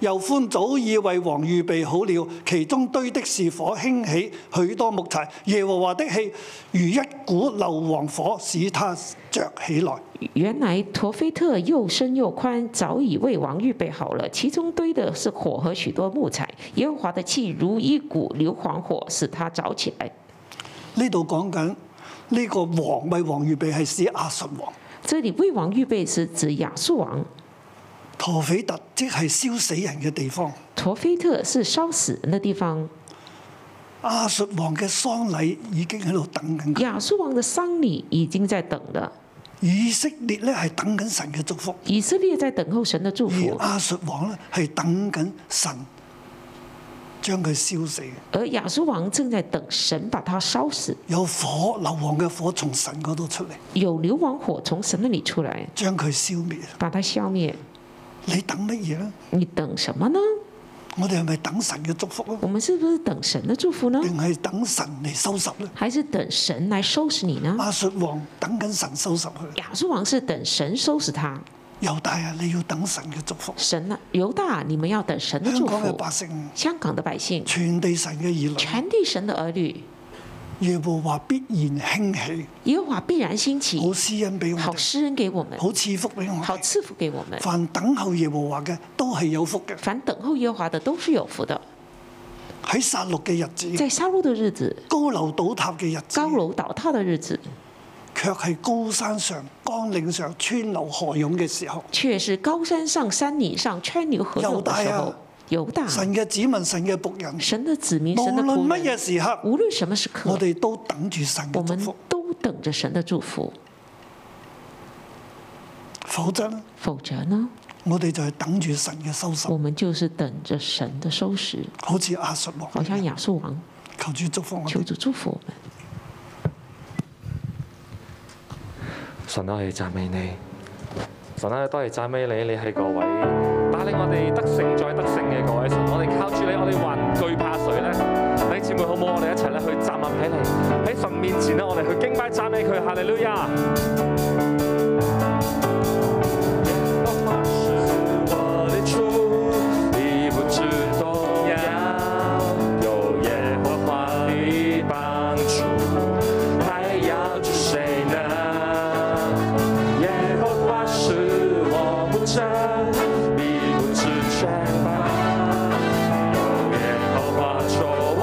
又寬，早已為王預備好了。其中堆的是火，興起許多木柴。耶和華的氣如一股硫磺火，使它着起來。原来陀菲特又深又宽，早已为王预备好了，其中堆的是火和许多木材。耶和华的气如一股硫磺火，使它着起来。呢度講緊呢個王為王預備係指亞述王这里为王预备是指亚述王，陀斐特，即係燒死人嘅地方。陀菲特是烧死人的地方，亞述王嘅喪禮已經喺度等緊佢，亚述王的丧礼已经在等了，以色列咧係等緊神嘅祝福，以色列在等候神的祝而福，亞述王咧係等緊神將佢燒死。而亚述王正在等神把他烧死，有火硫磺嘅火從神嗰度出嚟，有硫磺火从神那里出来，將佢消滅。把它消灭。你等乜嘢咧？你等什么呢？我哋係咪等神嘅祝福啊？我们是不是等神的祝福呢？定係等神嚟收拾咧？还是等神来收拾你呢？亞述王等緊神收拾佢，亚述王是等神收拾他。猶大啊，你要等神嘅祝福。神啊，犹大，你们要等神的香祝港嘅福百。姓，香港的百姓，全地神嘅兒女，全地神的儿女，耶和華必然興起，耶和华必然兴好起，施恩俾我嗯好哋，施恩给我们，好賜福俾我好哋。赐福给我们。凡等候耶和華嘅，都係有福嘅。凡等候耶和华的都是有福的。喺殺戮嘅日子，在杀戮的日子、高樓倒塌嘅日子高，楼倒塌的日子，卻係高山上、江嶺上、川流河涌嘅時候，却是高山上、山岭上、川流河犹流的大时啊候。犹大，神嘅子民、神嘅仆人，嗯神的子民、無神的論仆乜嘢人，時刻，无论什么时刻我，哋都等住神我嘅祝们福，都等着神的祝福，否則呢，否则呢，我哋就係等住神嘅收拾我，们就是等着神的收拾。好似亞述王好像一樣。亚述王，求主祝福我哋求。主祝福我们。神啊，我哋讚美你。神啊，多謝讚美你，你係嗰位帶領我哋得勝再得勝嘅嗰位神。我哋靠住你，我哋還懼怕誰呢？弟兄姊妹好唔好？我哋一齊咧去站立起嚟，喺神面前咧，我哋去敬拜讚美佢，哈利路亞！耶和華是我的主，你不知动摇，有耶和华的帮助，还要惧谁呢？耶和华是我不争，你不知全败。有耶和华作我惊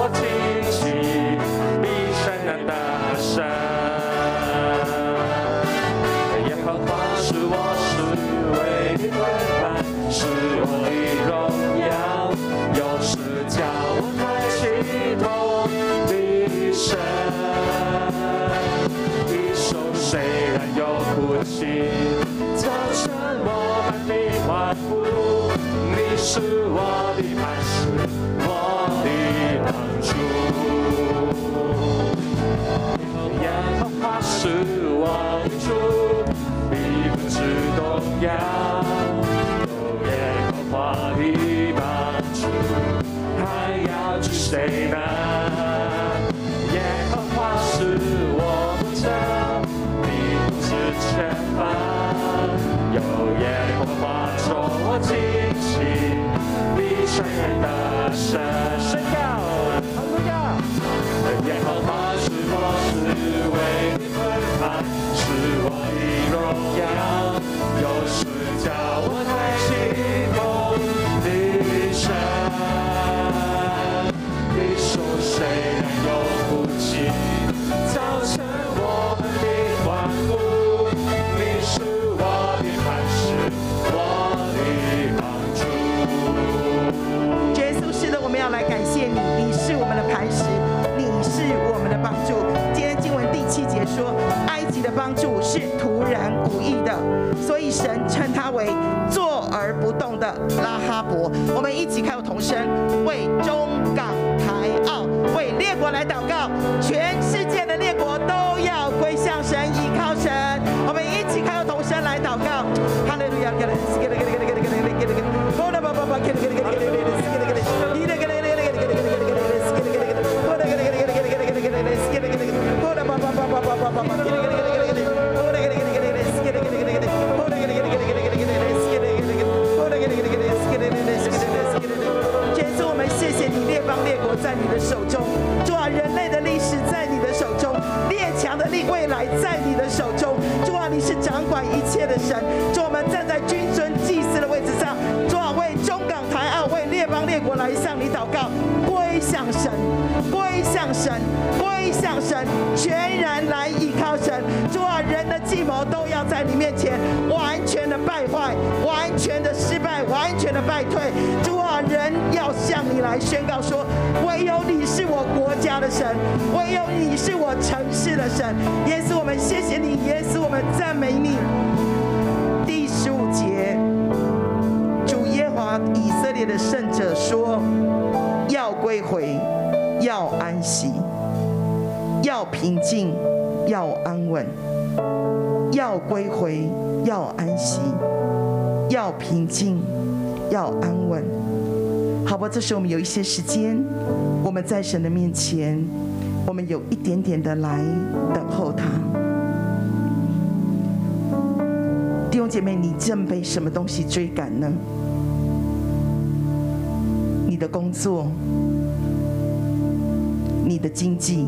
喜，比山难大山。耶和华是我是唯一的伴，是我的荣耀，有时叫我抬起头的神。一首虽然有哭泣，早晨我们的欢呼，你是我的磐石，我的帮助。耶和华是我的主，你不知动耀，有耶和华的帮助，还要惧谁呢？耶和华是我的杖，你不知前方，有耶和华从我惊喜，你全然的神宣告，哈利路亚。耶和华是我是为你奔跑，是我的荣耀，有时叫我抬起头，你的神，你手虽然有福气，造成我们的顽固，你是我的磐石，我的帮助。主耶稣，是的，我们要来感谢你，你是我们的磐石，你是我们的帮助。今天经文第七节说，埃及的帮助是突然无意的，所以神称他为坐而不动的拉哈伯。我们一起开口同声，为中港台澳，为列国来祷告，全世界的列国都要归向神，倚靠神。我们一起开口同声来祷告，哈利路亚，给了，给了，给了，给了，给了，给了，给了。主，我们谢谢你，列邦列国在你的手中。主啊，人类的历史在你的手中，列强的历未来在你的手中。主啊，你是掌管一切的神。主，我们站在君尊祭司的位置上。主啊，为中港台澳，为列邦列国来向你祷告，归向神，归向神，归向神，全然来倚靠神。主啊，人的计谋都要在你面前完全的败坏，完全的失败，完全的败退。主啊，人要向你来宣告说，唯有你是我国家的神，唯有你是我城市的神。耶稣，我们谢谢你，耶稣，我们赞美你。第十五节。主耶和华以色列的圣者说：“要归回，要安息，要平静，要安稳，要归回，要安息，要平静，要安稳。”好吧，这时候我们有一些时间，我们在神的面前，我们有一点点的来等候他。弟兄姐妹，你正被什么东西追赶呢？你的工作、你的经济、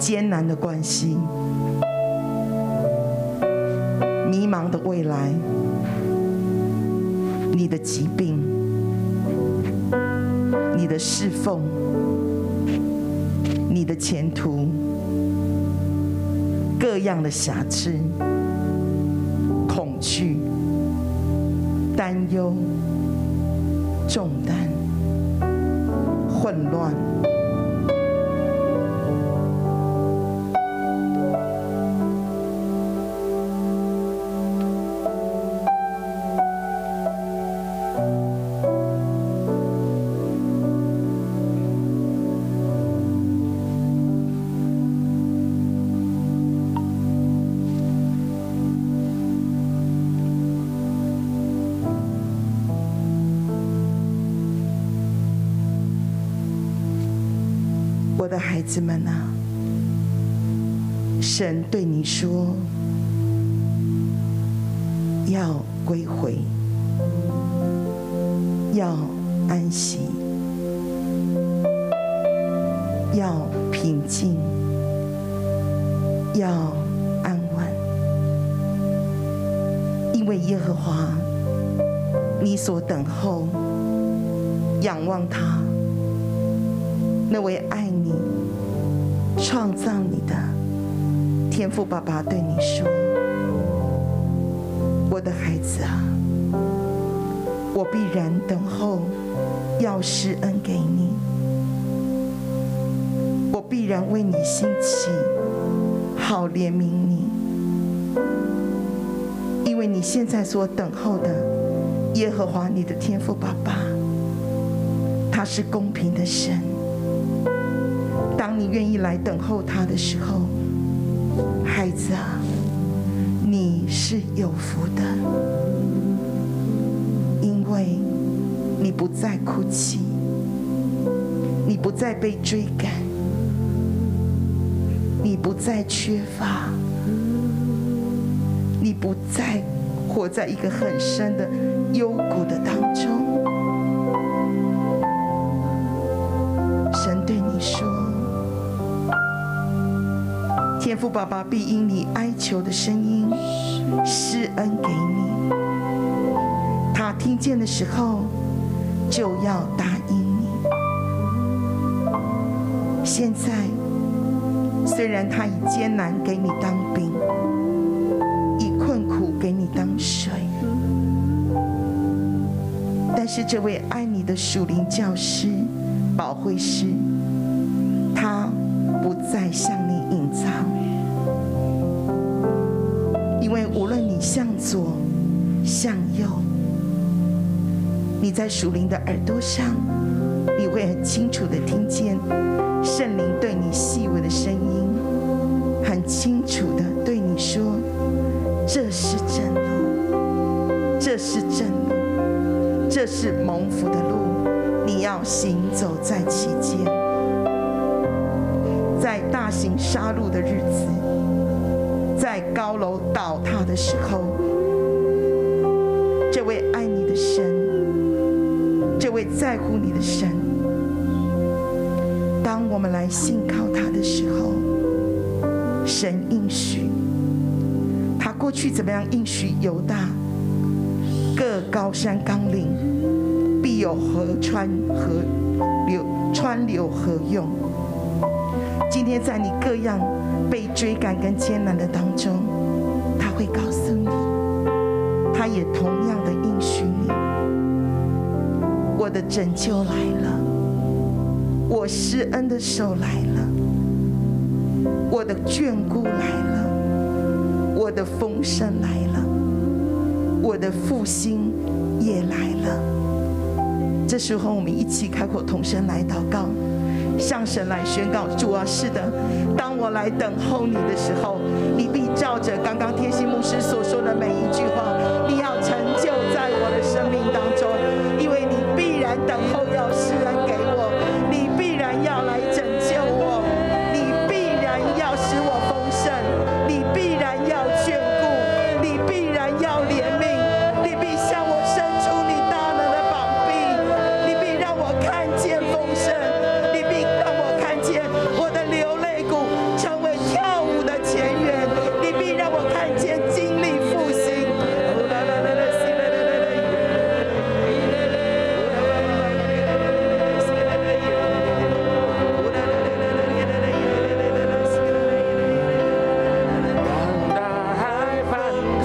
艰难的关系、迷茫的未来、你的疾病、你的侍奉、你的前途、各样的瑕疵、恐惧、担忧。重担、混乱。我的孩子们啊，神对你说，要归回，要安息，要平静，要安稳，因为耶和华，你所等候，仰望他。那位爱你、创造你的天父爸爸对你说：“我的孩子啊，我必然等候，要施恩给你；我必然为你兴起，好怜悯你。因为你现在所等候的耶和华你的天父爸爸，他是公平的神。”当你愿意来等候他的时候，孩子啊，你你是有福的，因为你不再哭泣，你不再被追赶，你不再缺乏，你不再活在一个很深的幽谷的当中。神对你说。天父爸爸必因你哀求的声音施恩给你。他听见的时候，就要答应你。现在，虽然他以艰难给你当兵，以困苦给你当水，但是这位爱你的属灵教师、保惠师，他不再向你隐藏，因为无论你向左、向右，你在属灵的耳朵上，你会很清楚的听见圣灵对你细微的声音，很清楚的对你说：“这是正路，这是正路，这是蒙福的路，你要行走在其间。”在大型杀戮的日子，在高楼倒塌的时候，这位爱你的神，这位在乎你的神，当我们来信靠他的时候，神应许他过去怎么样应许犹大，各高山冈岭必有河川河流川流河涌。今天在你各样被追赶跟艰难的当中，他会告诉你，他也同样的应许你，我的拯救来了，我施恩的手来了，我的眷顾来了，我的丰盛来了，我的复兴也来了。这时候，我们一起开口同声来祷告，向神来宣告：主啊，是的，当我来等候你的时候，你必照着刚刚天心牧师所说的每一句话，你要成就在我的生命当中，因为你必然等候要施恩给我，你必然要来拯救我，你必然要使我丰盛，你必然要眷顾，你必然要怜悯，你必向我伸出你大能的膀臂，你必让我看见丰盛，你必让我看见我的流泪谷成为跳舞的前缘，你必让我看见经历复兴。当大海翻腾，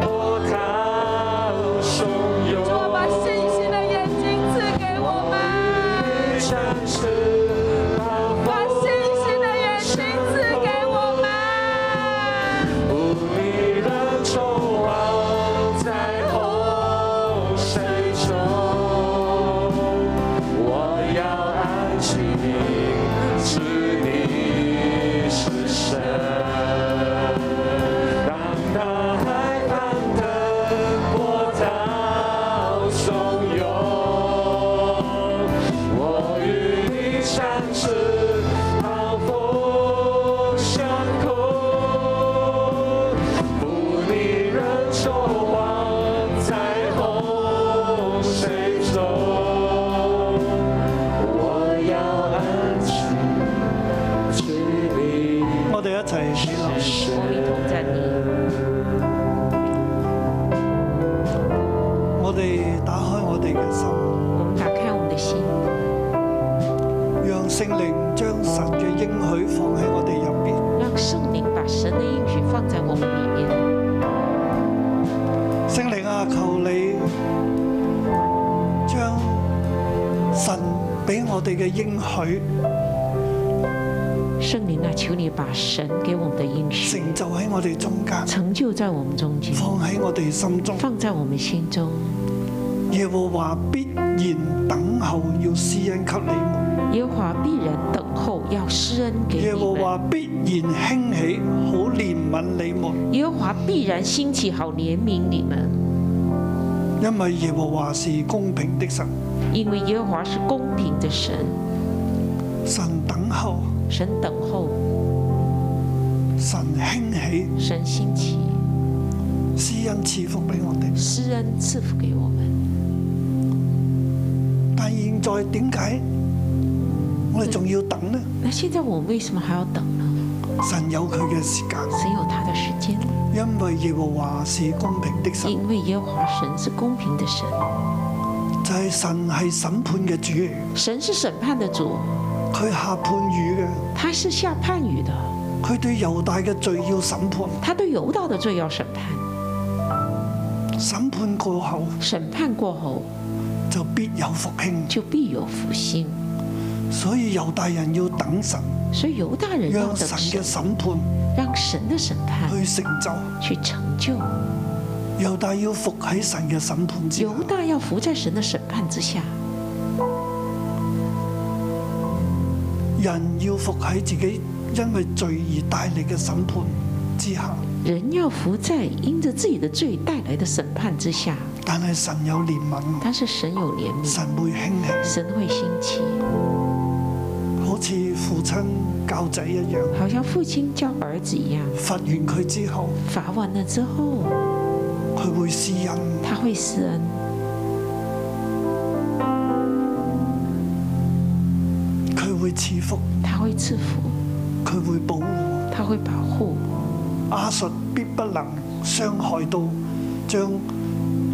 波涛汹涌，主把信心的眼睛赐给我们，像是保护把信心的眼睛赐给我们。无力的冲浪在洪水中，我要安静，知你是神。当大海翻腾，波涛汹涌，我与你相知，暴风相控，不逆人守望在洪水中，我要安静，知你我哋一齊起立。是神。我们同站立，我哋打開我哋嘅心，我们打开我们的心，讓聖靈將神嘅應許放喺我哋入邊。让圣灵把神的应许放在我们里面。聖靈啊，求你將神俾我哋嘅應許圣灵啊，求你把神给我们的应许成就喺我哋中間，哦成就在我们中间，放喺我哋心中。放在我们心中。耶和華必然等候要施恩給你們，耶和华必然等候，要施恩给耶你和们。華必然興起，好憐憫你們，耶和华必然兴起，好怜悯你们，因為耶和華是公平的神，因为耶和华是公平的神，神等候，神等候，神興起，神兴起，施恩賜福俾我哋。施恩赐福给我们。但現在點解我哋仲要等呢？那现在我们为什么还要等呢？神有佢嘅時間，神有他的时间，因為耶和華是公平的神，因为耶和华神是公平的神，就係神係審判嘅主嚟嘅，神是审判的主，佢下判語嘅，他是下判语的，佢對猶大嘅罪要審判。他对犹大的罪要审判，審判過後审判过后就必有復興，就必有复兴，所以猶大人要等神，所以犹大人要讓等神嘅神，審判让神的审判去成就。去成就。猶大要服喺神嘅審判之下犹，大要服在神的审判之下，人要服喺自己因為罪而帶嚟嘅審判之下。人要服在因着自己的罪带来的审判之下。但係神有憐憫，但是神有怜悯，神會興起，神会兴起，好似父親教仔一樣。好像父亲教儿子一样。罰完佢之後，罚完了之后，佢會施恩。他会施恩。佢會賜福，他会赐福，佢會保護。他会保护亞述必不能傷害到將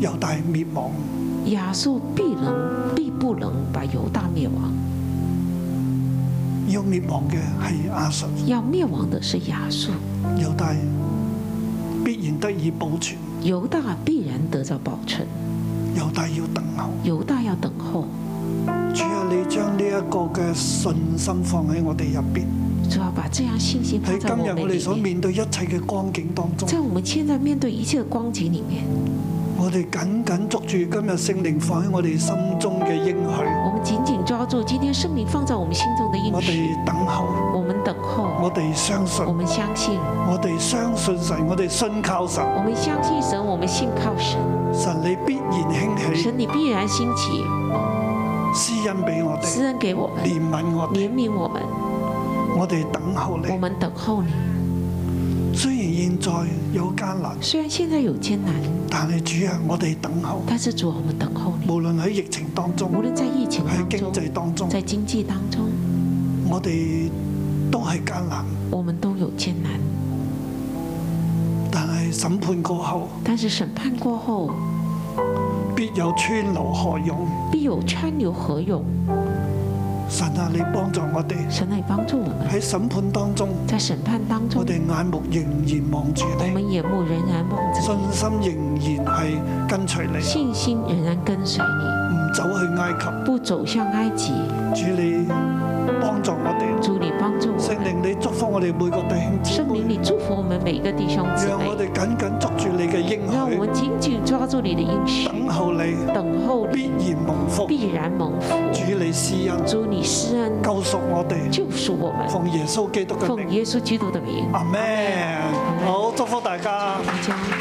猶大滅亡。亚述，必能必不能把犹大灭亡。要滅亡嘅係亞述，要灭亡的是亚述，猶大必然得以保存。犹大必然得到保存。猶大要等候。犹大要等候，主啊，你將呢一個嘅信心放喺我哋入邊，主要把这样信心放喺在今我日我们哋所里面。面對一切嘅光景當中，在我们现在面对一切的光景里面，我哋緊緊捉住今日聖靈放喺我哋心中嘅應許，我们紧紧抓住今天圣灵放在我们心中的应我许，哋等候，我们等候，我哋相信我，们相信，我哋相信神，我哋信靠神，我们相信神，我们信靠神，神你必然興起神你必然兴起，施恩俾我施哋，恩给我们，憐憫我怜哋，悯我们，我哋等候我你。们等候你。雖然現在有艱難，虽然现在有艰难，但係主啊，我哋等候，但是主啊，我们等候你。無論喺疫情當无中，论在疫情喺当經濟中，當中，在经济当中，我哋都係艱難。我们都有艰难，但係審判過後，但是审判过后，必有川流河涌。必有川流河涌。神啊，你幫助我哋神来帮助我们，喺審判當中，在审判当中我，哋眼目仍然望住我你，们眼目仍然望着信你心仍然係跟隨你，信心仍然跟随你，唔走去埃及。不走向埃及。主你幫助我哋，主，你帮助我聖们。靈你祝福我哋每個弟兄姊圣灵，妹，你祝福我们每一个弟兄姊讓我妹，哋緊緊捉住你嘅让我應们紧紧抓住你的应许許，，等候你等候你必然蒙福。必然蒙福。主你施恩主，你施恩救贖我哋，救赎我们，奉耶穌基督嘅奉名，耶稣基督的名，阿門。好，祝福大家。大家。